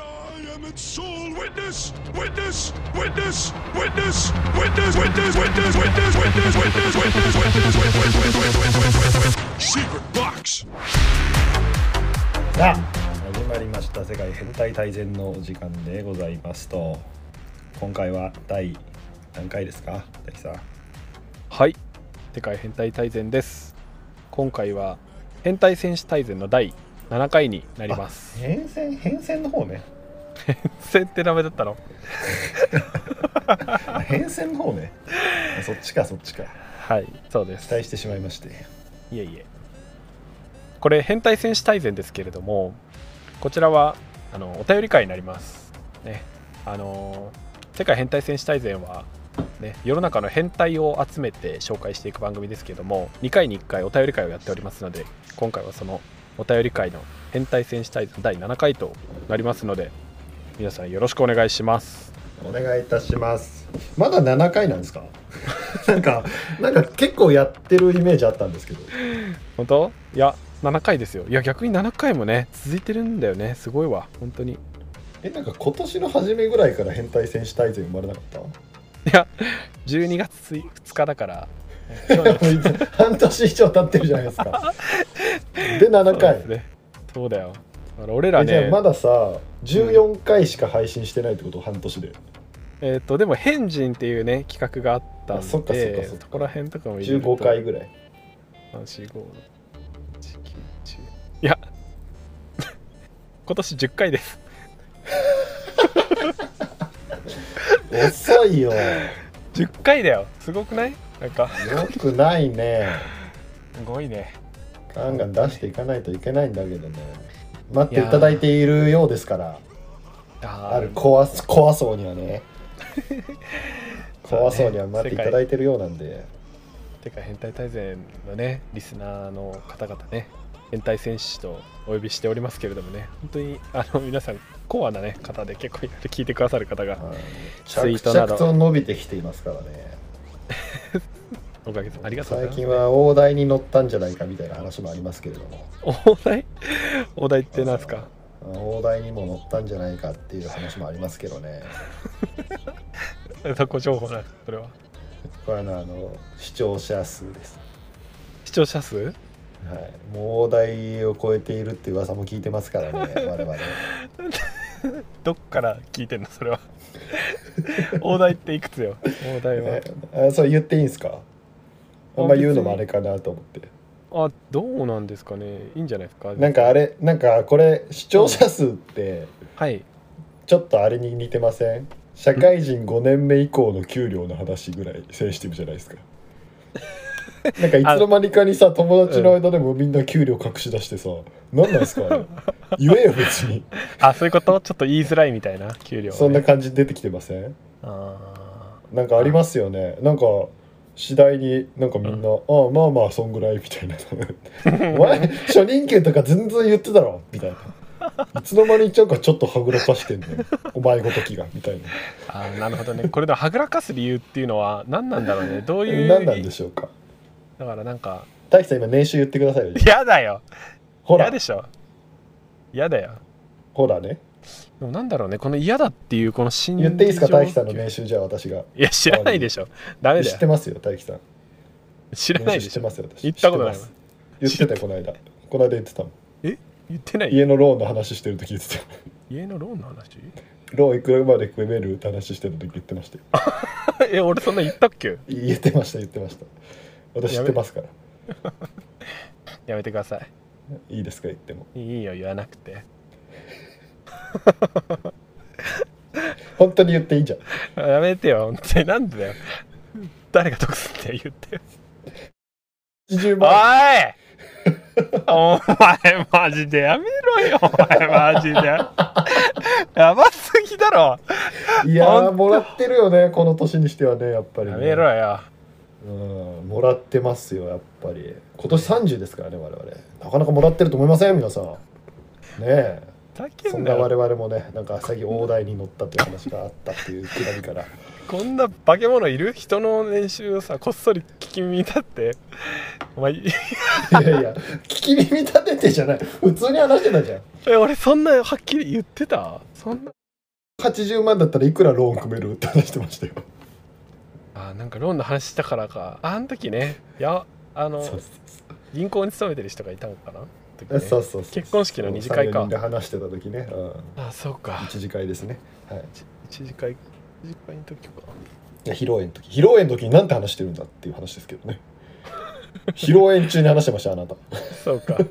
damaged soul. Witness, witness, witness, witness, witness, witness, witness, witness, witness, witness, witness, witness, witness, witness, witness, witness, witness. Secret box. さあ始まりました世界変態大全のお時間でございますと今回は第何回ですか大樹さんはい、世界変態大全です。今回は変態戦士大全の第7回になります。変遷変遷の方ね変遷ってダメだったのあ変遷の方ねあそっちかそっちかはい、そうで期す。待してしまいましていえいえ。これ変態戦士大全ですけれども、こちらはあのお便り会になります。ね、あの世界変態戦士大全は。ね、世の中の変態を集めて紹介していく番組ですけれども2回に1回お便り会をやっておりますので今回はそのお便り会の変態戦士大全第7回となりますので皆さんよろしくお願いしますお願いいたしますまだ7回なんですか なんかなんか結構やってるイメージあったんですけど本当いや7回ですよいや逆に7回もね続いてるんだよねすごいわ本当にえなんか今年の初めぐらいから変態戦士大全生まれなかったいや、12月2日だから、 半年以上経ってるじゃないですかで7回そう,、ね、そうだよ。だから俺らえじゃねあ、まださ14回しか配信してないってこと、半年でえっ、と、でも、変人っていうね、企画があっあたそっんかそっかで、そっそかこら辺とかも入れると15回。ぐらい3、4、5、6、7、9、10。いや、 今年10回です。遅いよよ10回だよ。すごくないなんか、くないねすごいね。ガンガン出していかないといけないんだけどね待っていただいているようですからあある怖す怖そうには ね怖そうにはそうね待っていただいてるようなんでてか、変態大全のね、リスナーの方々ね。変態戦士とお呼びしておりますけれどもね、本当にあの皆さん、コアな、ね、方で結構いろいろ聞いてくださる方がはいツイー着トなど々と伸びてきていますからねおかげさまありがとうござ最います。近は大台に乗ったんじゃないかみたいな話もありますけれどもお題お題ってなんすか大台にも乗ったんじゃないかっていう話もありますけどね雑魚情報なんですかそれは。これはねあの視聴者数です、視聴者数はい、もう大台を超えているって噂も聞いてます からね我々どっから聞いてんのそれは。 お題っていくつよお題はえ。あそれ言っていいんですかあんま言うのもあれかなと思ってあ、どうなんですかねいいんじゃないですかなんかあれなんかこれ視聴者数ってはい。ちょっとあれに似てません社会人5年目以降の給料の話ぐらいセンシティブじゃないです かなんかいつの間にかにさ友達の間でもみんな給料隠し出してさ、何なんですかあれ言えよ別にあ、そういうことちょっと言いづらいみたいな、給料、ね。そんな感じ出てきてませんあなんかありますよねなんか次第になんかみんな、ああまあまあそんぐらいみたいなお前初任給とか全然言ってたろみたいないつの間にちゃうかちょっとはぐらかしてんのお前ごときがみたいなーあー、なるほど ね。これではぐらかす理由っていうのは何なんだろうね。どういう。何なんでしょうかだからなんか、大樹さん今年収言ってくださいよ嫌だよ。ほ嫌らでしょ。嫌だよ。ほらねでもなんだろうね、この嫌だっていうこの心理言っていいですか状況大樹さんの年収じゃあ私がいや、知らないでしょ。ダメだ知よって。ますよ大樹さん知らな年い収知でっしてょ。ますよ私言ったことない知ってます言ってたよこの間この間言ってたもん言ってない家のローンの話してる時言ってた家のローンの話 ローンいくらまで組めるって話してる時言ってましたよえ、俺そんな言ったっけ言ってました言ってました私知ってますからやめてください。いいですか言ってもいいよ、言わなくて。本当に言っていいじゃんあやめてよ、本当に。なんでだよ。誰が得すんだよ、言ってよ。 80おい万お前マジでやめろよ、お前マ ジで。やばすぎだろ。いや本ーもらってるよねこの年にしてはねやっぱりね、やめろよ。うんもらってますよやっぱり今年30ですからね我々なかなかもらってると思いません皆さんねえふざけそんんなな我よ。々もねなんか詐欺大台に乗ったという話があったっていうくだり からこんな化け物いる人の練習をさ、こっそり聞き耳立って。お前、いやいや聞き耳立ててじゃない普通に話してたじゃんえ俺そんなはっきり言ってたそんな80万だったらいくらローン組めるって話してましたよあーなんかローンの話したからかああの時ねいやあのそう銀行に勤めてる人がいたのかな時そうそねうそう結婚式の二次会か3人で話してた時ね、うん、あそうか一次会ですね、はい、一一次会一次会の時かいや披露宴の時披露宴の時に何て話してるんだっていう話ですけど ね披露宴中に話してましたあなたそう かなる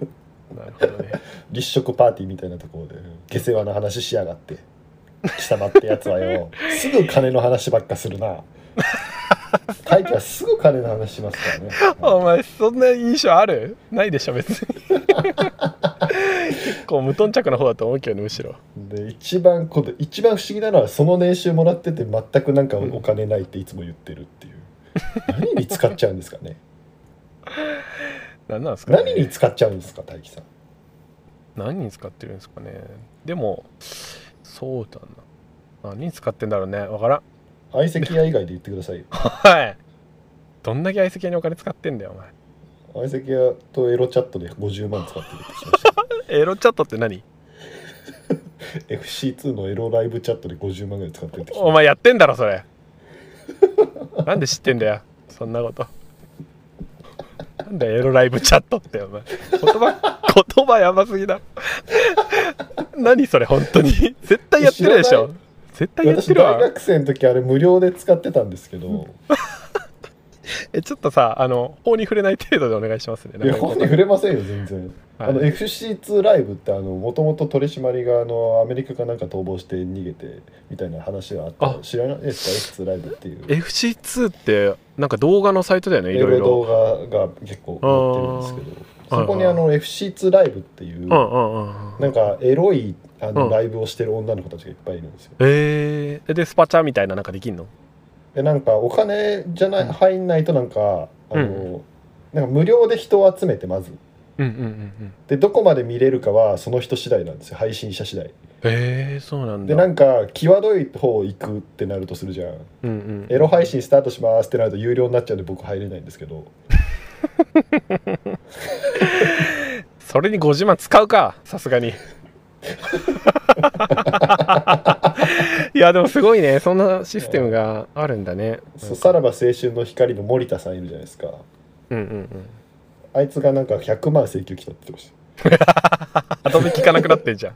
ほどね立食パーティーみたいなところで下世話な話しやがって貴様ってやつは よすぐ金の話ばっかするな大輝はすぐ金の話しますからねお前そんな印象あるないでしょ別に結構無頓着な方だと思うけどねむしろで一番この一番不思議なのはその年収もらってて全くなんかお金ないっていつも言ってるっていう 何に使っちゃうんですかね何なんですか、ね、何に使っちゃうんですか大輝さん何に使ってるんですかねでもそうだな何に使ってんだろうねわからん相席屋以外で言ってくださいよはいどんだけ相席屋にお金使ってんだよお前相席屋とエロチャットで50万使ってるって聞きました エロチャットって何 FC2 のエロライブチャットで50万ぐらい使ってるって聞きまお前やってんだろそれなんで知ってんだよそんなことなんだよエロライブチャットってお前言葉言葉やばすぎだ何それ本当に絶対やってるでし知らょな絶対やっ私てる大わ学生の時あれ無料で使ってたんですけどえちょっとさあの法に触れない程度でお願いしますねいやなんか本に触れませんよ全然、はいあの FC2 ライブってもともと取締りがあのアメリカかなんか逃亡して逃げてみたいな話があったあ知らないですか F2 ライブっていう FC2 ってなんか動画のサイトだよねい英ろい語ろ動画が結構載ってるんですけあーどそこにあの FC2 ライブっていううんうんうんうんなんかエロいあうのんライブをしてる女の子たちがいっぱいいるんですよえー、でスパチャみたいななんかできんのでなんかお金じゃない入んないとなんかあうのなんか無料で人を集めてまずうんうんうんうんでどこまで見れるかはその人次第なんですよ配信者次第えー、そうなんだでなんか際どい方行くってなるとするじゃんうんうん、エロ配信スタートしますってなると有料になっちゃうんで僕入れないんですけどそれに50万使うかさすが にいやでもすごいねそんなシステムがあるんだねそうさらば青春の光の森田さんいるじゃないですかうんうんうんあいつがなんか100万請求来たって言ってました後で聞かなくなってんじゃん、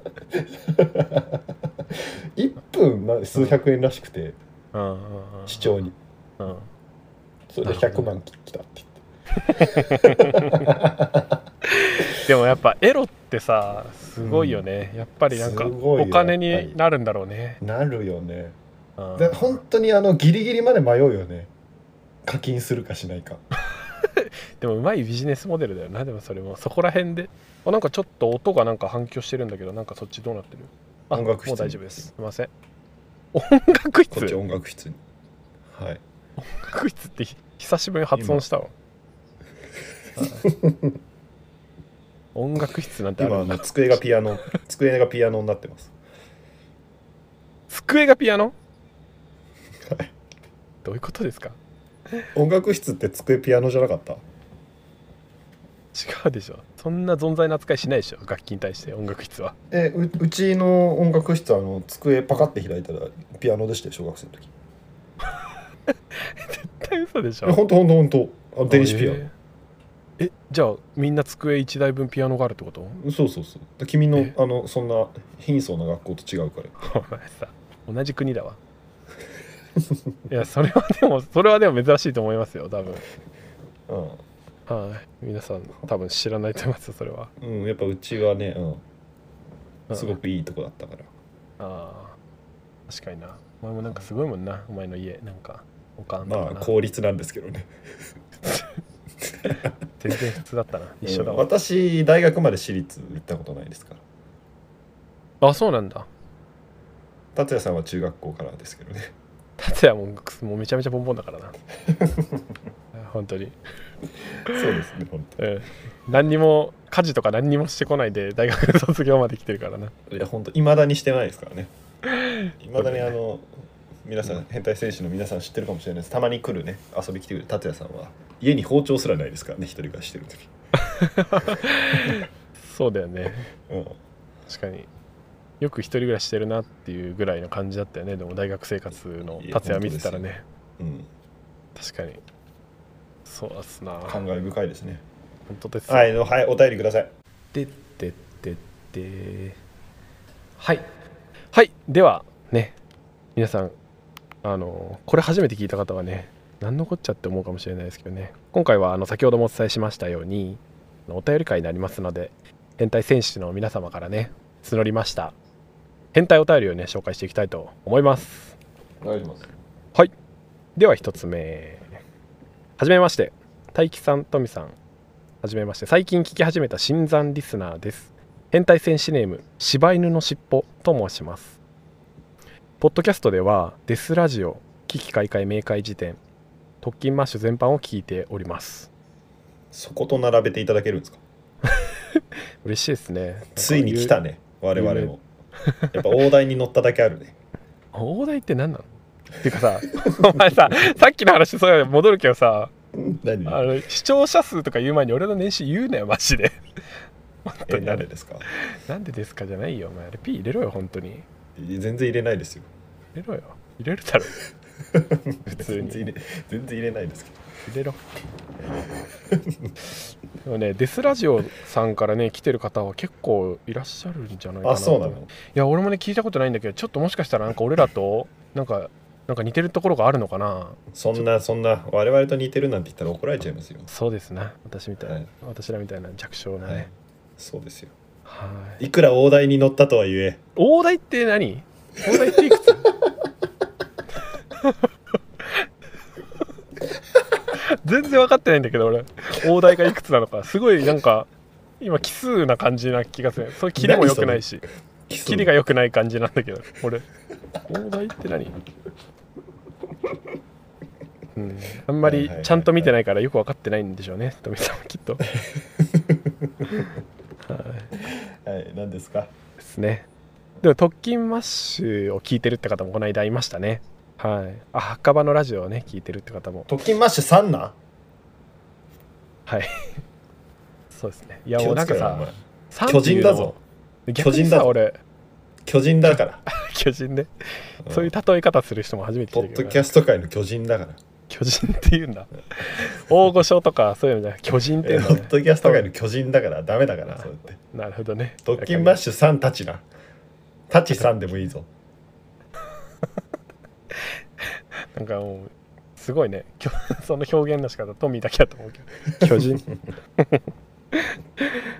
1分な数百円らしくてうんうんうん、市長にうんそれで100万き来たって言ってでもやっぱエロってさすごいよね、やっぱりなんかすごいおよ金になるんだろうね、なるよねうんで本当にあのギリギリまで迷うよね課金するかしないかでもうまいビジネスモデルだよなでもそれもそこら辺であなんかちょっと音がなんか反響してるんだけどなんかそっちどうなってるあ音楽室もう大丈夫ですすいません音楽室こっち音楽室にはいクイズって久しぶりに発音したわ音楽室なんてあ今あるの机がピアノ 机がピアノになってます机がピアノはいどういうことですか音楽室って机ピアノじゃなかった違うでしょそんな存在の扱いしないでしょ楽器に対して音楽室はえううちの音楽室はあの机パカって開いたらピアノでしたよ小学生の時絶対嘘でえしょほんとほんとほんとあの電子ピアノ、えーえじゃあみんな机1台分ピアノがあるってことそうそうそうで君のえあのそんな貧相な学校と違うからお前さ同じ国 だわいやそれはでもそれはでも珍しいと思いますよ多分うんはい皆さん多分知らないと思いますよそれはうん、やっぱうちはね、ううんん、すごくいいとこだったから。ああ確かになお前もなんかすごいもんなお前の家なんかおかんとかまな、あ効率なんですけどね。全然普通だ ったな一緒だうんわ、私大学まで私立行ったことないですから。あそうなんだ達也さんは中学校からですけど ね。達也ももうめちゃめちゃボンボン だからな本当に、そうですね、本うん、何にも家事とか何にもしてこないで大学卒業まで来てるからな当。いや本当いまだにしてないですからね。いまだにあの皆さん変態選手の皆さん知ってるかもしれないです。たまに来るね遊び来てくる達也さんは家に包丁すらないですからね一人暮らししてる時。そうだよねうん。確かによく一人暮らししてるなっていうぐらいの感じだったよねでも大学生活の達也見てたらいねうん、確かにそうっすな感本慨深いですね当ですよはい、のはい、お便りくださいでででではいはいではね皆さんあのこれ初めて聞いた方はね何のこっちゃって思うかもしれないですけどね今回はあの先ほどもお伝えしましたようにあのお便り会になりますので変態選手の皆様からね募りました変態お便りをね紹介していきたいと思いますお願いしますはい。では一つ目。はじめまして。大輝さん、とみさん。はじめまして。最近聞き始めた新参リスナーです。変態戦士ネーム、柴犬のしっぽと申します。ポッドキャストでは、デスラジオ、危機開会明快辞典、特勤マッシュ全般を聞いております。そこと並べていただけるんですか嬉しいですね。ついに来たね。ね我々もやっぱ大台に乗っただけあるね大台って何なのっていうかさ、 お前さ、さっきの話、そうや戻るけどさ、 何あの視聴者数とか言う前に俺の年収言うなよマジで本当えに誰ですかなんでですかじゃないよお前あれ P 入れろよ本当に全然入れないですよ入れろよ入れるだろ普通全に然入 入れ全然入れないですけど れろでもねデスラジオさんからね来てる方は結構いらっしゃるんじゃないかなあとそうなのいや俺もね聞いたことないんだけどちょっともしかしたらなんか俺らとなんかなんか似てるところがあるのかなそんなそんな我々と似てるなんて言ったら怒られちゃいますよそうですな私みたいな、はい私らみたいな弱小なはいね、そうですよはいいくら大台に乗ったとはいえ大台って何大台ってい くつ全然分かってないんだけど俺大台がいくつなのかすごいなんか今奇数な感じな気がするそれキリも良くないしキリが良くない感じなんだけど俺大台って何うん、あんまりちゃんと見てないからよく分かってないんでしょうね富さんはきっとはいはい何ですかですねでも特勤マッシュを聞いてるって方もこの間いましたねはいあ墓場のラジオをね聞いてるって方も特勤マッシュ3なはいそうですねいや気もうをなつんかけろよさお前巨人だぞ逆に巨人ださぞ俺巨人だ から巨人ね、うんそういう例え方する人も初めてポ聞いッドたけキどャスト界の巨人だから巨人って言うんだ大御所とかそういうのじゃなく巨人ってえ言ポうッんだ、ね、ドキャスト界の巨人だからダメだからそうやってなるほどね特勤マッシュ3たちなたち3でもいいぞなんかもうすごいね きょその表現の仕方トミーだけだと思うけど巨人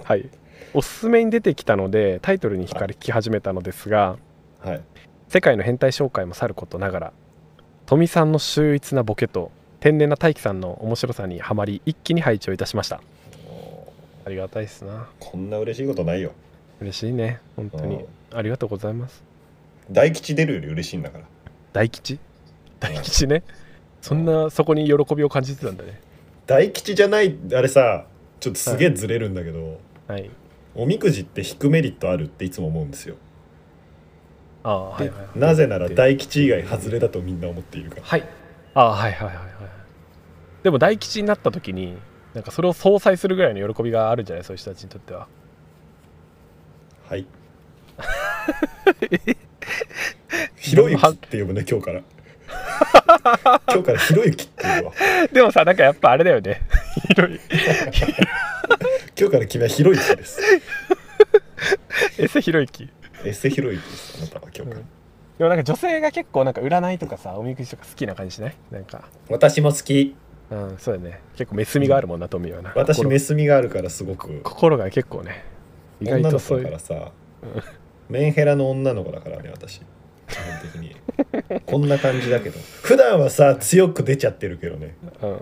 はいおすすめに出てきたのでタイトルに惹かれ聞き始めたのですが はい世界の変態紹介もさることながら富さんの秀逸なボケと天然な大輝さんの面白さにはまり一気に配置をいたしましたありがたいですなこんな嬉しいことないよ嬉しいね本当にありがとうございます大吉出るより嬉しいんだから大吉大吉ねそんなそこに喜びを感じてたんだね大吉じゃないあれさちょっとすげえずれるんだけど、はいおみくじって引くメリットあるっていつも思うんですよ、ああはいはいはいなぜなら大吉以外外れだとみんな思っているからはいああはいはいはいはいでも大吉になった時になんかそれを相殺するぐらいの喜びがあるんじゃないそういう人たちにとっては はいひろゆきって呼ぶね今日から 今日からひろゆきって呼ぶわでもさなんかやっぱあれだよね 広い今日から君はひろゆきですエセひろゆきエセひろゆきですあなたは今日から、うんでもなんか女性が結構なんか占いとかさおみくじとか好きな感じしないなんか私も好きうんそうだね結構メスみがあるもんなトミーはな私心メスみがあるからすごく心が結構ね意外女との子そういだかうらさメンヘラの女の子だからね私基本的にこんな感じだけど普段はさ強く出ちゃってるけどねうんうん、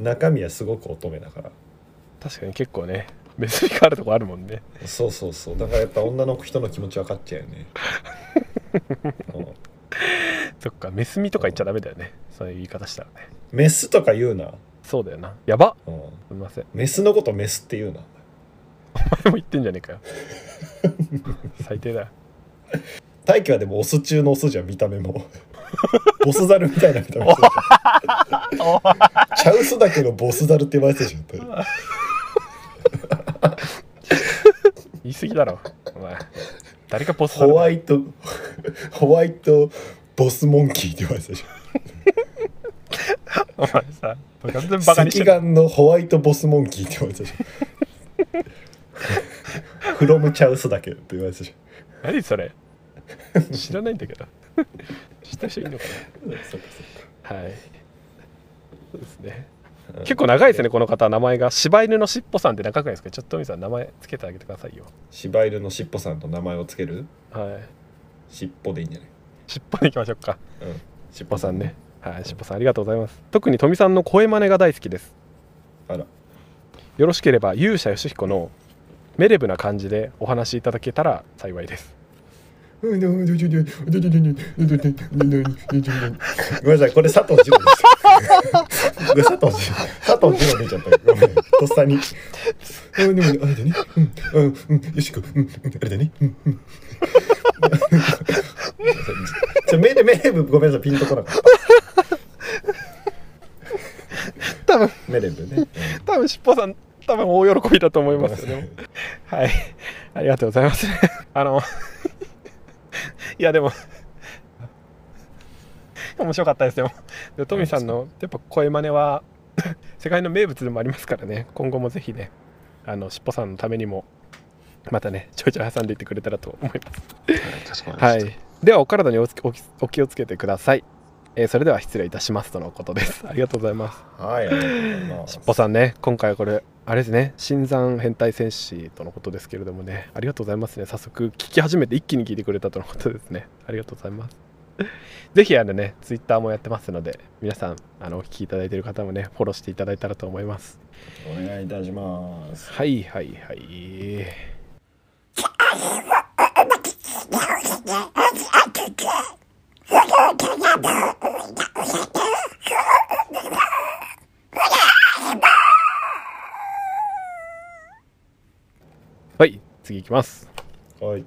中身はすごく乙女だから確かに結構ねメスみがあるとこあるもんねそうそうそうだからやっぱ女の人の気持ち分かっちゃうよねうんそっかメスみとか言っちゃダメだよねそういう言い方したらねメスとか言うな、そうだよなやばっうん、すみませんメスのことメスって言うな前も言ってんじゃね えかよ最低だよ大輝はでもオス中のオスじゃん見た目もボスザルみたいな見た目してるじゃん茶臼だけどボスザルって言われてたじゃん言い過ぎだろお前誰がボスなホのワイト ホワイトボスモンキーって言われてたじゃお前さ完全にんバカにして赤る眼のホワイトボスモンキーって言われてたじゃん フロムチャウスだけって言われてたじ何それ知らないんだけど 知った人いいのかゃんそうかそうかなはいそうですね結構長いですねこの方名前が柴犬のしっぽさんって長くないですかちょっとトミーさん名前つけてあげてくださいよ柴犬のしっぽさんと名前をつけるはいしっぽでいいんじゃないしっぽでいきましょうかうんしっしっぽさんねはいしっぽさんありがとうございます特にトミさんの声真似が大好きですあらよろしければ勇者よしひこのメレブな感じでお話しいただけたら幸いですごめんなさい、これ佐藤二郎です。で佐藤二郎、佐藤二郎出ちゃった。ごめん、とっさに。うん、でも、あれだね。うん、うん、うん、よしこ、うん、うん、あれだね。うん、うん。ちょ、目で、目で、ごめんなさい、ピンとこなかった。多分メレブね。多分しっぽさん多分大喜びだと思いますよねはいありがとうございます あのいやでも面白かったですよでトミさんのやっぱ声真似は 世界の名物でもありますからね今後もぜひねあのしっぽさんのためにもまたねちょいちょい挟んでいってくれたらと思いますかしこまはい、ではお体におつお気お気をつけてください、えーそれでは失礼いたしますとのことですありがとうございますはい、ありがとうございますしっぽさんね今回はこれあれですね新山変態戦士とのことですけれどもねありがとうございますね早速聞き始めて一気に聞いてくれたとのことですねありがとうございます ぜひあのねツイッターもやってますので皆さんあのお聞きいただいている方もねフォローしていただいたらと思いますお願いいたします。はいはいはいはい次いきますはい。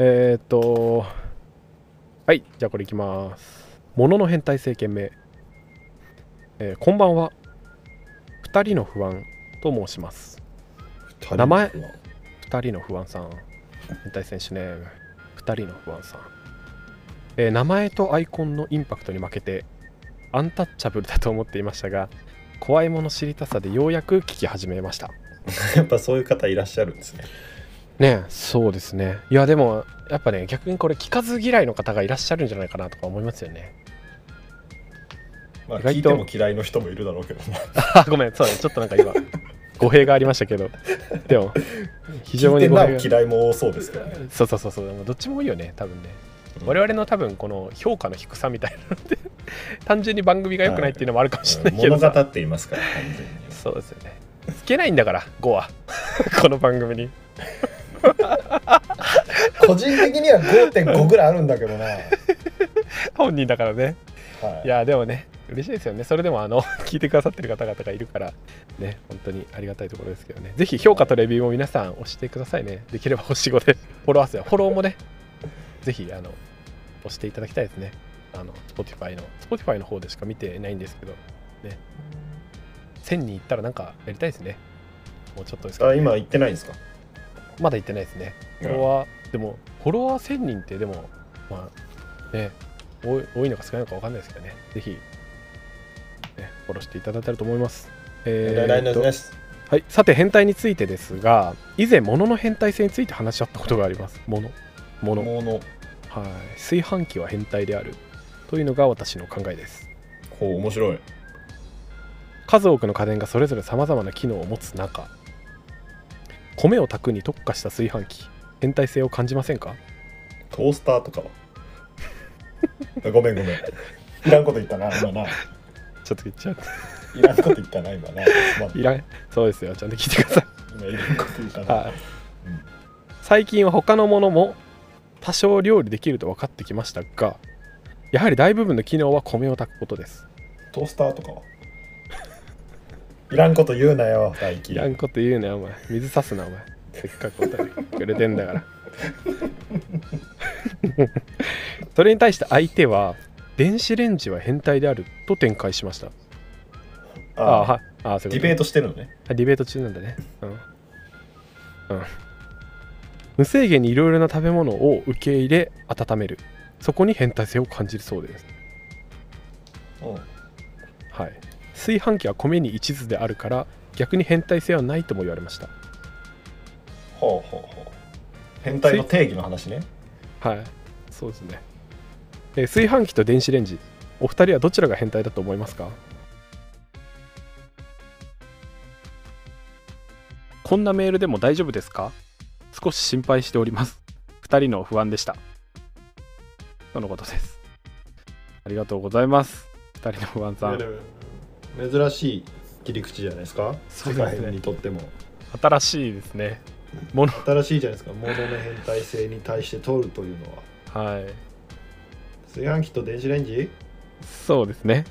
えー、っとはいじゃあこれいきます「ものの変態性見名」えーこんばんは2人の不安と申します名前2人の不安さん変態選手ね2人の不安さん、えー名前とアイコンのインパクトに負けてアンタッチャブルだと思っていましたが怖いもの知りたさでようやく聞き始めましたやっぱそういう方いらっしゃるんですね。ねそうですねいやでもやっぱね逆にこれ聞かず嫌いの方がいらっしゃるんじゃないかなとか思いますよね まあ、聞意外いてとも嫌いの人もいるだろうけどね。あごめんそうねちょっとなんか今語弊がありましたけどでも非聞常い にて語な弊おが嫌いも多そうですからね。そうそうそうそうでもどっちもいいよね多分ねうん我々の多分この評価の低さみたいなので 単純に番組が良くないっていうのもあるかもしれないけど物語さっていますから、完全に。そうですよねつけないんだから5は この番組に個人的には5.5ぐらいあるんだけどな。は本人だからねい、いやでもね嬉しいですよねそれでもあの 聞いてくださってる方々がいるからね本当にありがたいところですけどねぜひ評価とレビューも皆さん押してくださいねできれば星5でフォ ロワー数やフォローもねぜひあの押していただきたいですねあの Spotify の Spotify の方でしか見てないんですけどね1000人いったらなんかやりたいですねもうちょっとですけどあ今言ってないんですかまだ行ってないですねフォロワーでもフォロワー1000人ってでもまあね多い多いのか少ないのか分かんないですけどねぜひねフォローしていただいたらと思いますえーっと来年です。はい、さて変態についてですが以前物の変態性について話し合ったことがあります物物ものはい炊飯器は変態であるというのが私の考えですこう面白い。数多くの家電がそれぞれさまざまな機能を持つ中米を炊くに特化した炊飯器変態性を感じませんかトースターとかは。 ごめんごめん。いらんこと言ったな今な。いちょっと言っちゃうらんこと言ったな今な。すまんいらんそうですよちゃんと聞いてくださ今いらんこと言ったい、な。はい、最近は他のものも多少料理できると分かってきましたがやはり大部分の機能は米を炊くことですトースターとかは。いらんこと言うなよ大い輝。らんこと言うなよお前水さすなお前せっかくお便りくれてんだから それに対して相手は電子レンジは変態であると展開しましたあああはいああそうデいィうことベートしてるのね。あディベート中なんだねうん、うん、無制限にいろいろな食べ物を受け入れ温めるそこに変態性を感じるそうです、はい、炊飯器は米に一途であるから逆に変態性はないとも言われましたほうほうほう変態の定義の話ねはいそうですね、えー炊飯器と電子レンジお二人はどちらが変態だと思いますかこんなメールでも大丈夫ですか少し心配しております二人の不安でしたとのことですありがとうございます二人の不安さん珍しい切り口じゃないですかそう世ですね界編にとっても新しいですねもの新しいじゃないですか物の変態性に対して通るというのははい炊飯器と電子レンジそうですね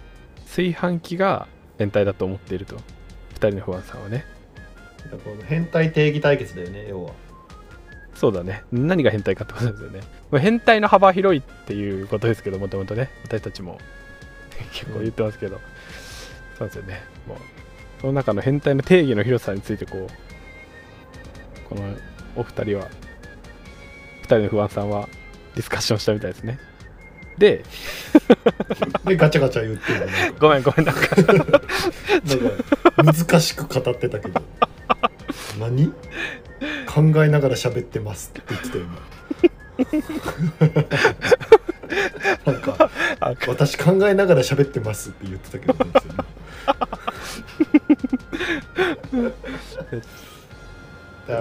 炊飯器が変態だと思っていると二人の不安さんはねこの変態定義対決だよね要はそうだね何が変態かってことですよねまあ変態の幅広いっていうことですけどもともとね私たちも結構言ってますけど、そうですよねもうその中の変態の定義の広さについてこうこのお二人は二人の不安さんはディスカッションしたみたいですねででガチャガチャ言ってるのなんかごめんごめんなんかなんか難しく語ってたけ ど何考えながら喋ってますって言ってたよ今なんかあ私考えながら喋ってますって言ってたけどねだか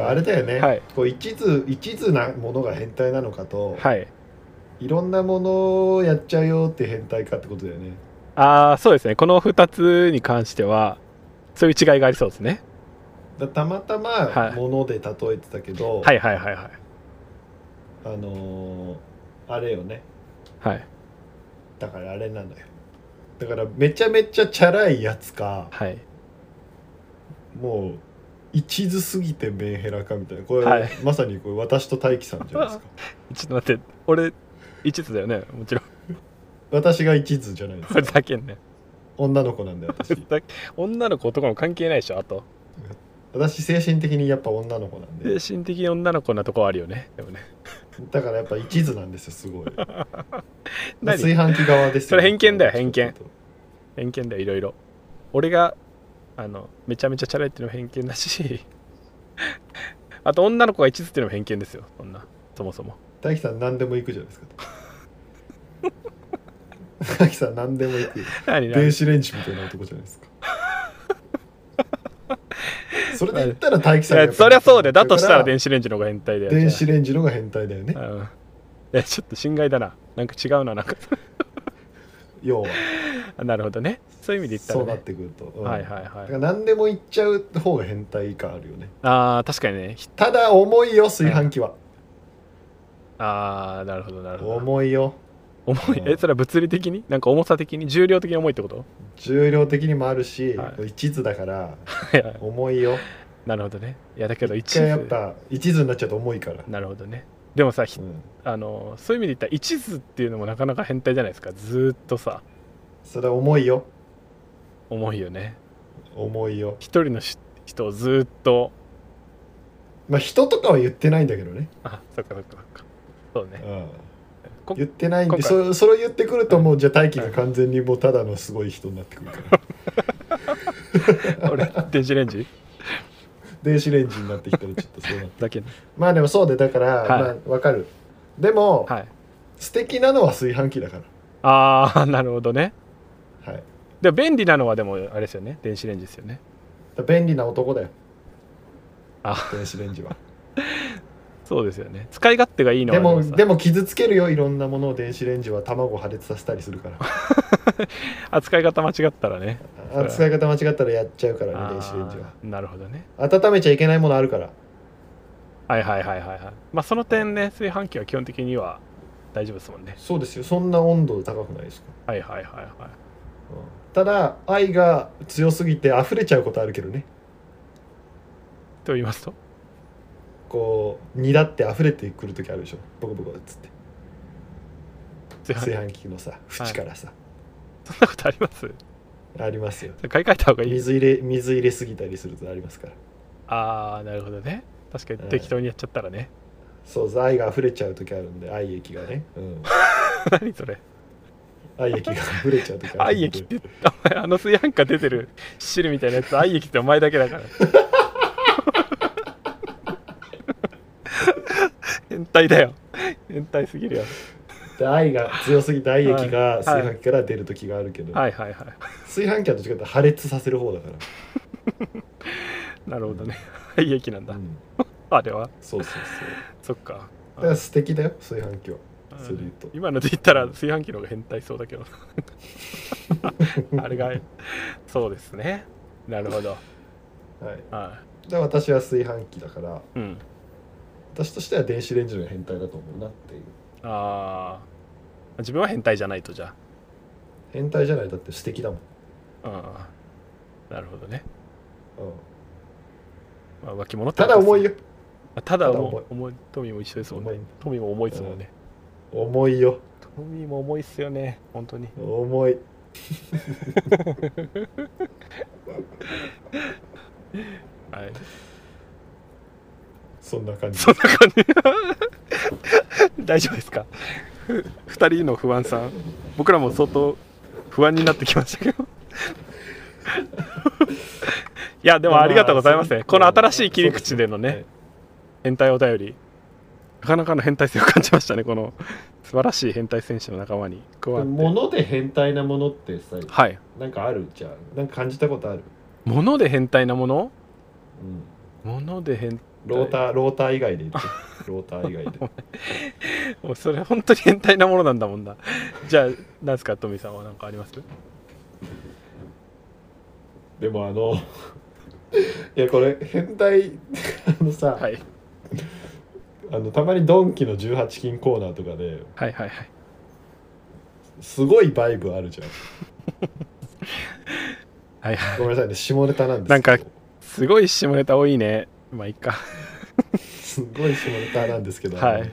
らあれだよね、はいこう一途一途なものが変態なのかと、 はいい、ろんなものをやっちゃうよって変態かってことだよねああそうですねこの2つに関してはそういう違いがありそうですねだたまたはまいもので例えてたけど、はいはいはいはいあのーあれよねはいだからあれなのよだからめちゃめちゃチャラいやつかはいもう一途すぎてメンヘラかみたいなこれ、はいまさにこれ私と大樹さんじゃない ですかちょっと待って俺一途だよねもちろん私が一途じゃないですふかざけんね女の子なんでふ私ざけ女の子男の子関係ないでしょあと私精神的にやっぱ女の子なんで精神的に女の子なとこはあるよねでもねだからやっぱ一途なんですよすごい何炊飯器側ですそれ偏見だよ偏見偏見だよいろいろ俺があのめちゃめちゃチャラいっていうのも偏見だしあと女の子が一途っていうのも偏見ですよそんなそもそも大樹さん何でも行くじゃないですか大樹さん何でも行く何電何子レンジみたいな男じゃない ですかそれで言ったら大樹さんがやっぱそりゃそうだよだとしたらだ電子レンジの方が変態だよから電子レンジのが変態だよねうんえちょっと心外だななんか違うななんか 要はあなるほどねそういう意味で言ったら、そね、うなってくると、うんはいはいはだかいら何でも言っちゃう方が変態感あるよねあー確かにねひただ重いよ炊飯器は、あーなるほどなるほど重いよ重いえそれは物理的になんか重さ的に重量的に重いってこと重量的にもあるし、はいこれ一途だから いや重いよなるほどねいやだけど一一回やっ途ぱ一途になっちゃうと重いから、なるほどねでもさひうんあのそういう意味で言ったら一途っていうのもなかなか変態じゃないですかずーっとさそれは重いよ重いよね重いよ一人のし人をずーっとまあ人とかは言ってないんだけどね、あそっかそっかそっかそうねうんこ言ってないん今で回そそれを言ってくるともうじゃあ大輝が完全にもうただのすごい人になってくるから俺電子レンジ 電子レンジになってきたらちょっとそうなるだけ ねまあでもそうでだから、いまあわかるでも、はい素敵なのは炊飯器だかああなるほどねら、はい、でも便利なのはでもあれですよね電子レンジですよねだから便利な男だよあ電子レンジは そうですよね使い勝手がいいのはでもさでも傷つけるよいろんなものを電子レンジは卵破裂させたりする から扱い方間違ったらねあ使い方間違ったらやっちゃうからあねー電子レンジはなるほどね温めちゃいけないものあるからはいはいはいはいはいまあその点ね炊飯器は基本的には大丈夫ですもんねそうですよそんな温度高くないですか、はいはいはいはいうんただ愛が強すぎて溢れちゃうことあるけどねと言いますとこう煮だって溢れてくる時あるでしょボコボコっつって炊飯器炊飯器のさ縁からさ、そんなことありますありますよそれ買い替えた方がいい水入れ水入れすぎたりするとありますからああなるほどね確かにはい適当にやっちゃったらね、 そうです愛が溢れちゃう時あるんで愛液がね、うん、何それ愛液が溢れちゃう時あるん愛で液ってお前あの炊飯か出て る汁みたいなやつ愛液ってお前だけだから変態だよ変態すぎるよで愛が強すぎて愛液が炊飯器から出る時があるけど、はいはいは炊飯器はどっちかっていうと破裂させる方だかいなるほどね 愛液なんだ、ら、うん、あれはそうそうそうそっかだから素敵だよ炊飯器はそれ言うと今ので言ったら炊飯器の方が変態そうだけど あれがそうですねなるほどはいはで私は炊飯器だからいうん私としては電子レンジの変態だと思うなっていうあー自分は変態じゃないとじゃ変態じゃないだって素敵だもん、あうんなるほどね、うん、まあ、脇物ってたことだ重いですよねただただ重い重い重いトミーも一緒ですもんね重いトミーも重いですもんね、重いよトミーも重いっすよね本当に重いはいそんな感じそんな感じ 大丈夫ですか2人の不安さん僕らも相当不安になってきましたけど いやでもありがとうございますねこの新しい切り口でのね、変態お便りなかなかの変態性を感じましたねこの素晴らしい変態選手の仲間に加わって物で変態なものってさはいなんかあるじゃんなんか感じたことある、物で変態なものうん、物で変ローターローター以外で 言ってローター以外でもうそれ本当に変態なものなんだもんなじゃあ何ですかトミーさんは何かありますでもあのいやこれ変態 あのさ、はいあのたまにドンキの18金コーナーとかではいはいはいすごいバイブあるじゃんはいはいごめんなさいね下ネタなんですなんかけどすごい下ネタ多いねまあいいかすごい下ネタなんですけど、はいあ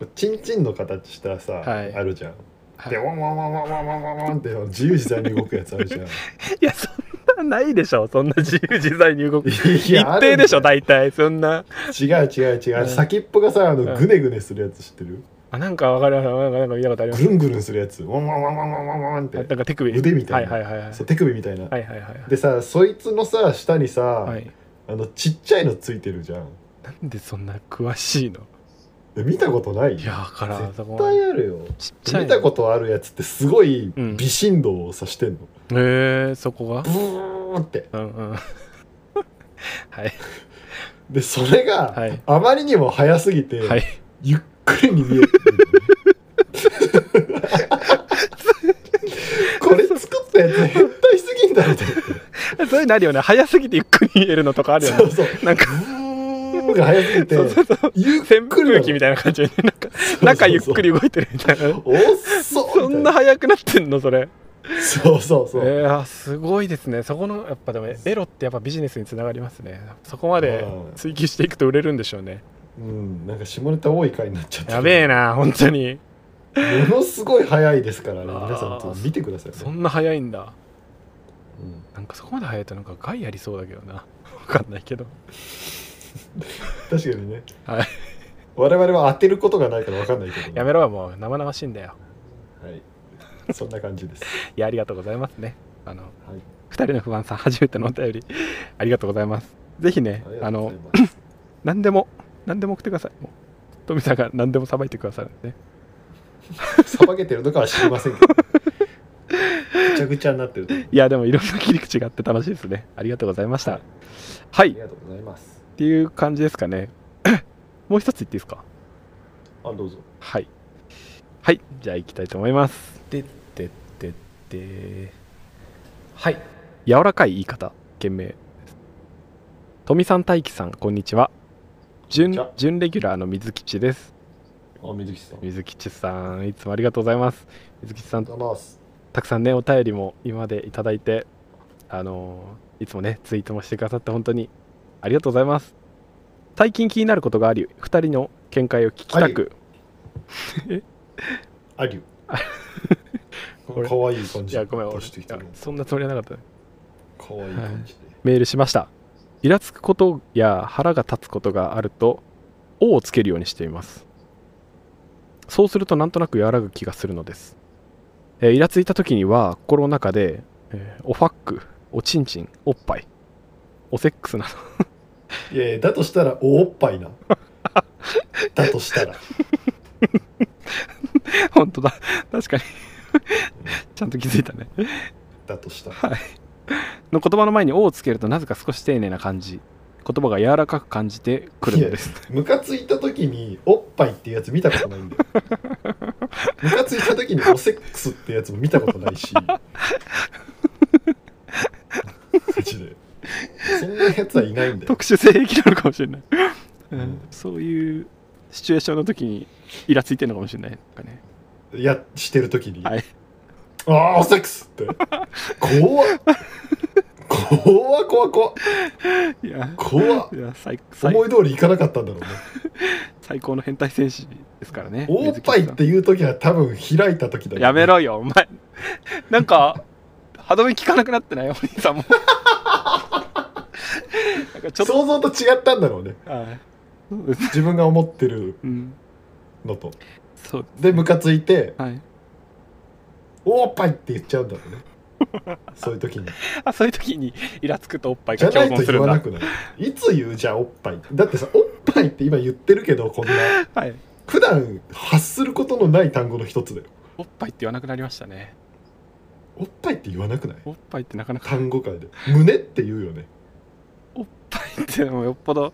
のチンチンの形したさ、はいあるじゃんはいでワンワンワンワンワンワンワンワンって自由自在に動くやつあるじゃん いやそんなないでしょそんな自由自在に動くい一や定でしょある大体そんな違う違う違う、あれ先っぽがさあのグネグネするやつ知ってる、あなんかわかるわかるなんかなんか見たことありまぐするんぐるんするやつワンワンワンワンワンワンワンっなんてか手首腕みたいな、はいはいはいはいそう手首みたいな、はいはいはいはいでさそいつのさ下にさ、はいあのちっちゃいのついてるじゃんなんでそんな詳しいのえ見たことないいやわからんそ絶こまで対あるよちっちゃい見たことあるやつってすごいうん微振動をさしてんの、とへえそこがブーンってうんうん はいでそれが、はいあまりにも速すぎて、はいゆっくりに見えるこれ作ったやつ変態すぎんだろと思ってそういうのあるよね早すぎてゆっくり言えるのとかあるよそねうそうなんかブーンが速すぎてそうそうそうゆっ扇くり風機みたいたいな感じでねなんか中ゆっくり動いてるみたいなおっそうそんなみ早くなってんのそれたいなそうそうそう、えー、あすごいですねそこのやっぱでもエロってやっぱビジネスにつながりますねそこまでうん追求していくと売れるんでしょうねうんなんか下ネタ多い回になっちゃったやべえな本当にものすごい早いですからねあー皆さんちょっと見てくださいねそんな早いんだうんなんかそこまで早いとなんか害ありそうだけどな分かんないけど確かにねはい我々は当てることがないから分かんないけどね、やめろよもう生々しいんだよはい、そんな感じです、いやありがとうございますねあのはい、 2人の不安さん初めてのお便りありがとうございますぜひねありがあとうごのざいます何でも何でも送ってくださいもう富さんが何でもさばいてくださるんでねさばけてるのかは知りませんけどぐちゃぐちゃになってると思ういやでもいろんな切り口があって楽しいですねありがとうございましたはい、ありがとうございますっていう感じですかね もう一つ言っていいですかあどうぞはいはいじゃあ行きたいと思いますでででではい柔らかい言い方件名富さん大輝さんこんにちは準こんにちは準レギュラーの水吉ですあ水木さんあり水吉さんいつもありがとうございます水吉さんがとうございますたくさんねお便りも今までいただいてあのーいつもねツイートもしてくださって本当にありがとうございます最近気になることがあり2人の見解を聞きたくあ りゅれかわいい感いじやごめん俺出いしてきたやのそんなつもりはなかったねかわいい感じで、メールしましたイラつくことや腹が立つことがあると「お」をつけるようにしていますそうするとなんとなく和らぐ気がするのです、えーイラついた時には心の中で、えーおファックおちんちんおっぱいおセックスなどいやいやだとしたらおおっぱいなだとしたら 本当だ確かにちゃんと気づいたねだとしたらの言葉の前に「お」をつけるとなぜか少し丁寧な感じ言葉が柔らかく感じてくるのですムカついた時におっぱいっていうやつ見たことないんだ よムカついた時におセックスってやつも見たことないしマジでそんなやつはいないんだよ特殊性癖なのかもしれない、んうんそういうシチュエーションの時にイラついてるのかもしれないなんかねいやしてる時に、はいああおセックスって怖っ怖っ怖っ怖っいや怖っいや最最思い通りいかなかったんだろうね最高の変態戦士ですからねおっぱいっていう時は多分開いた時だよ、ね、やめろよお前なんか歯止め効かなくなってないお兄さ んもなんかちょっと想像と違ったんだろうねはいそうです自分が思ってるうんのとそうでムカついてはいおっぱいって言っちゃうんだろうね そういう時にあそういう時にイラつくとおっぱいじゃがな共いと存言するんわだなくなるいつ言うじゃあおっぱいだってさおっぱいって今言ってるけどこんなはい普段発することのない単語の一つだよおっぱいって言わなくなりましたねおっぱいって言わなくないおっぱいってなかなか単語界で胸って言うよねおっぱいってのもよっぽど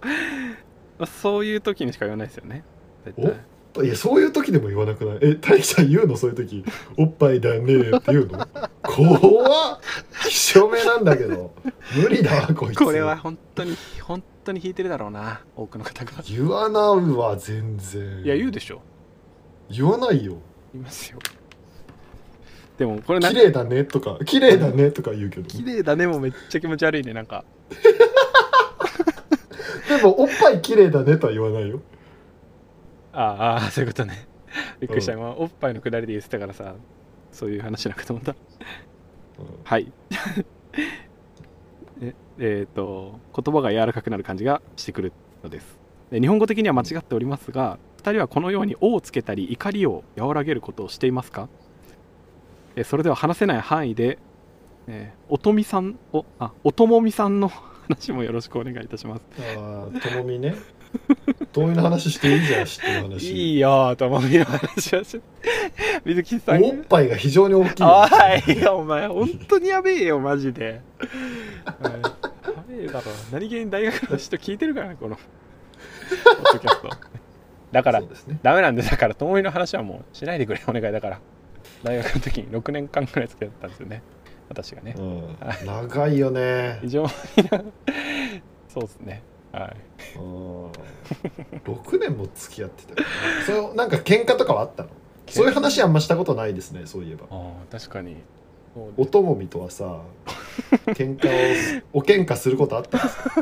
まあそういう時にしか言わないですよね絶対いやそういう時でも言わなくないえ大輝さん言うのそういう時おっぱいだねって言うの怖っ気象目なんだけど無理だわこいつこれは本当に本当に引いてるだろうな多くの方が言わないわ全然いや言うでしょ言わないよいますよでもこれな綺麗だねとか綺麗だねとか言うけど綺麗だねもめっちゃ気持ち悪いねなんかでもおっぱい綺麗だねとは言わないよああそういうことねびっくりした今おっぱいのくだりで言ってたからさそういう話なくと思ったうんはい ええーと言葉が柔らかくなる感じがしてくるのですで日本語的には間違っておりますが2人はこのように「お」をつけたり怒りを和らげることをしていますかえそれでは話せない範囲で、えーおとみさんおあおともみさんの話もよろしくお願いいたしますああともみね ともみの話していいじゃん知ってる話いいよともみの話はし水木さんおっぱいが非常に大きいおいお前本当にやべえよマジでお前 やべえだろ何気に大学の人聞いてるからねこ のポッドキャストだからそうですねダメなんでだから友美の話はもうしないでくれお願いだから大学の時に6年間ぐらい付き合ったんですよね私がねうん長いよ ね非常にな そうですねはい6年も付き合ってたからなそれなんか喧嘩とかはあったのそういう話あんましたことないですねそういえばああ確かにそうおともみとは さ喧嘩をすお喧嘩することあったんですか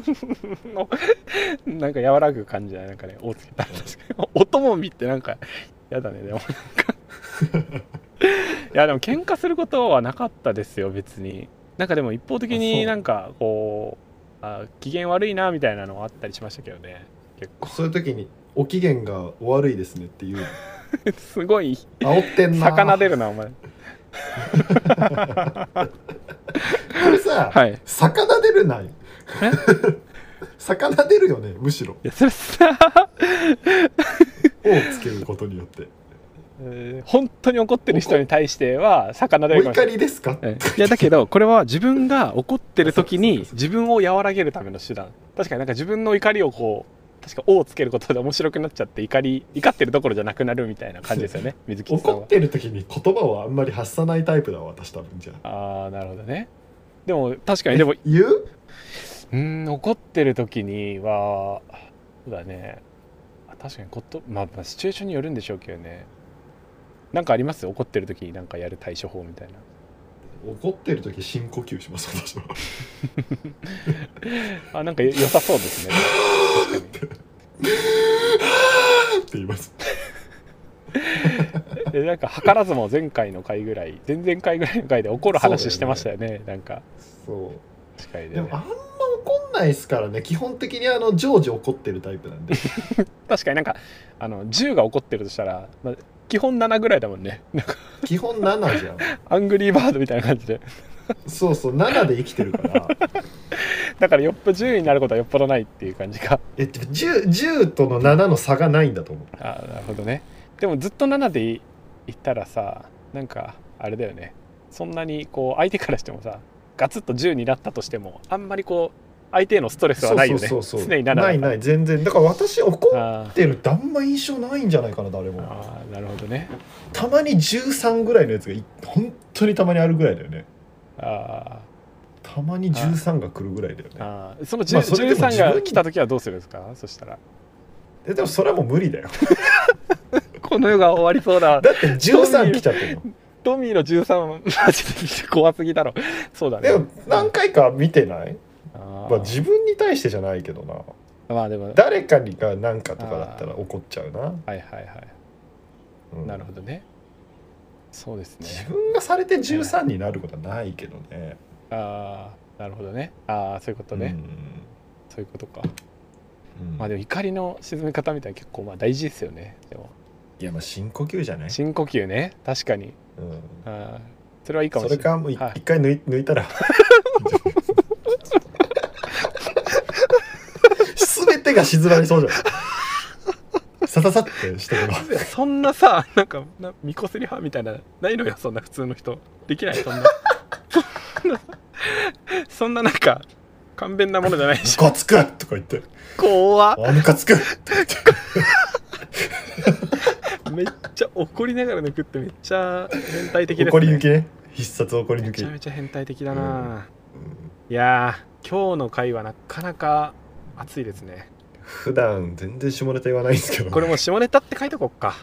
のなんか和らぐ感じだねなんかね、おつけた。確かに。音もみってなんか、やだね、でもなんか。 いや、でも喧嘩することはなかったですよ、別に。なんかでも一方的あそにうなんかこう、あ機嫌悪いなみたいなのはあったりしましたけどね。 結構、そういう時に「お機嫌がお悪いですね」っていうすごい、煽ってんな魚出るな、お前。これさ、はい。い魚出るない 魚出るよねむしろや、それさ、 「お」をつけることによって えー本当に怒ってる人に対しては、魚「お出るかもしれない怒りですか?」ええいやだけどこれは自分が怒ってる時そにうそうそうそう自分を和らげるための手段確かになんか自分の怒りをこう確か「お」をつけることで面白くなっちゃって怒り怒ってるどころじゃなくなるみたいな感じですよね水木さん怒はってる時に言葉をあんまり発さないタイプだわ私多分じゃあああなるほどねでも確かにでもう言うーん怒ってる時にはそうだねあ確かにこと、まあ、まあシチュエーションによるんでしょうけどねなんかあります怒ってる時になんかやる対処法みたいな怒ってる時深呼吸します私は あなんかよ良さそうですね確かにって言いますでなんか図らずも前回の回ぐらい前々回ぐらいの回で怒る話してましたよねなんかそ確かにうねでもあんま怒んないですからね基本的にあの常時怒ってるタイプなん で確かになんかあの10が怒ってるとしたら、まあ、基本7ぐらいだもんね なんか基本7じゃんアングリーバードみたいな感じでそうそう7で生きてるからだからよっぽ10になることはよっぽどないっていう感 じかえっと 10, 10との7の差がないんだと思うあーなるほどねでもずっと7でいいたらさなんかあれだよねそんなにこう相手からしてもさガツッと10になったとしてもあんまりこう相手へのストレスはないよねそうそうそうそう常に7だからないない全然だから私怒あってるってあんま印象ないんじゃないかな誰ーもあーなるほどねたまに13ぐらいのやつがい本当にたまにあるぐらいだよねあたまに13が来るぐらいだよーねあーそのまあそれでも13自分がに来た時はどうするんですかそしたらえでもそれはもう無理だ よこの世が終わりそうだだって13来ちゃってるの トミーの13マジで怖すぎだろそうだねでも何回か見てない、あーまあ、自分に対してじゃないけどなまあでもはい誰かにが何かとかだったら怒っちゃうな、はいはいうんなるほどねそうですね自分がされて13になることはないけどねああなるほどねああそういうことね、そういうことかうんうんまあでも怒りの沈め方みたいな結構まあ大事ですよねでもいやまあ深呼吸じゃない、深呼吸ね確かにうんあーそれはいいかもそしれれないかもうい一、はい回抜い抜いた ら全てが静まりそうじゃんさささってしてけばそんなさなんかなみこすり派みたいなないのよそんな普通の人できない そんなそんななんか簡便なものじゃないし「ムカつく!」とか言って「怖あムカつく!」とか言ってめっちゃ怒りながら抜くってめっちゃ変態的です、ね、怒り抜きね必殺怒り抜めきちゃめちゃ変態的だな、いやー今日の回はなかなか熱いですね普段全然下ネタ言わないんですけどこれも下ネタって書いとこっか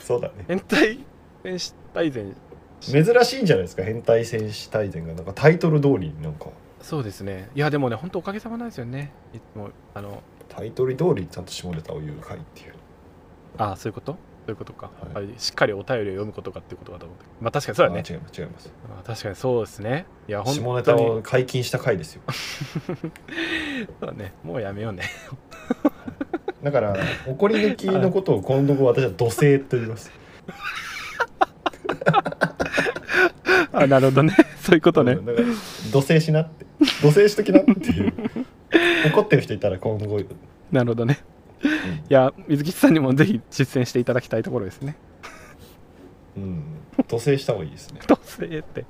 そうだね変態戦士大全珍しいんじゃないですか変態戦士大全がなんかタイトル通りになんかそうですねいやでもね本当おかげさまなんですよねいつもあのタイトル通りちゃんと下ネタを言う回っていうあそういうことそういうことか、はいあしっかりお便りを読むことかっていうことかと思ってまあ確かにそうだねあ違います違いますあ確かにそうですねいや本当に下ネタを解禁した回ですよそうだねもうやめようねだから怒り抜きのことを今度後私は土星と言い ます あなるほどね そういうことねだから土星しなって土星しときなっていう 怒ってる人いたら今後なるほどねいや水吉さんにもぜひ実践していただきたいところですね うん土星した方がいいですねどうせって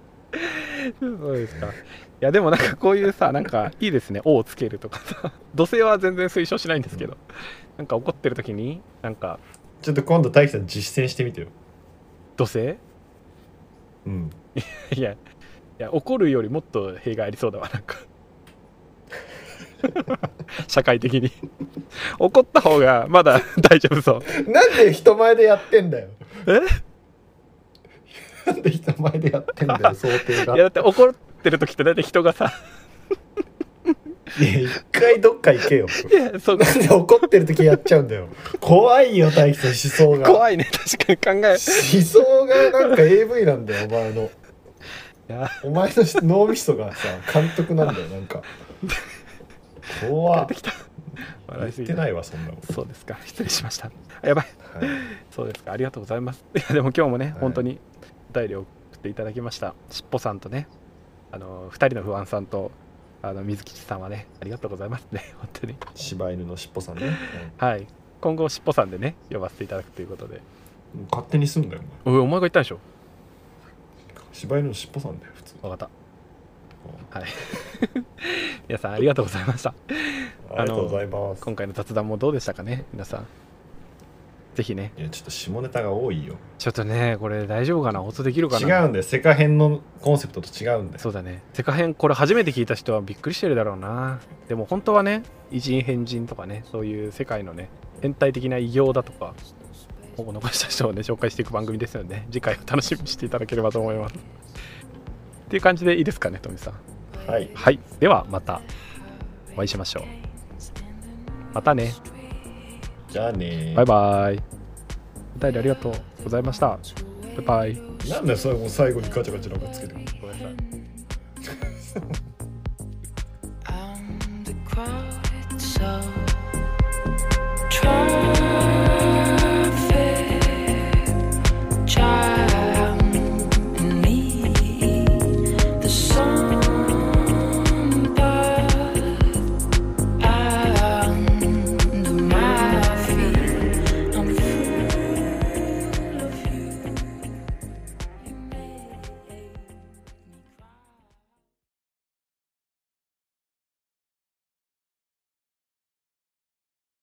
そうですかいやでもなんかこういうさなんかいいですね「お」をつけるとかさ土星は全然推奨しないんですけど、なんか怒ってる時になんかちょっと今度大樹さん実践してみてよ土星うん いやいや怒るよりもっと弊害ありそうだわ なんか社会的に怒った方がまだ大丈夫そうなんで人前でやってんだよえ なんで人前でやってんだ よ想定がいやだって怒ってる時って大体人がさいや一回どっか行けよいやそうなんで怒ってる時やっちゃうんだよ怖いよ大樹さん思想が 怖いね確かに考え思想がなんか AV なんだよお前のいやお前の脳みそがさ監督なんだよなんか 怖っ帰ってきた言笑っいすぎてないわそんなこそうですか失礼しましたあやばいと、はい、そうですかありがとうございますいやでも今日もね、い本当にお便りを送っていただきましたしっぽさんとねあの2人の不安さんとあの水吉さんはねありがとうございますね本当に柴犬のしっぽさんね、はい今後しっぽさんでね呼ばせていただくということでうん勝手にすんだよおおいお前が言ったんでしょ前柴犬のしっぽさんだよ普通分かったはい 皆さんありがとうございましたありがとうございます今回の雑談もどうでしたかね皆さんぜひねいやちょっと下ネタが多いよちょっとねこれ大丈夫かな放送できるか違なうんだよ世界編のコンセプトと違うんだよそうだね。セカ編、これ初めて聞いた人はびっくりしてるだろうな。でも本当はね、偉人変人とかね、そういう世界のね、変態的な偉業だとか、を逃した人をね、紹介していく番組ですので、次回を楽しみにしていただければと思います。っていう感じでいいですかね、トミさん。はいはい。では、またお会いしましょう。またね。じゃあねバイバイ。お便りありがとうございました。バイバイ。なんだよそれもう最後にガチャガチャなんかつけてくるごめんなさい。 I'm the about it so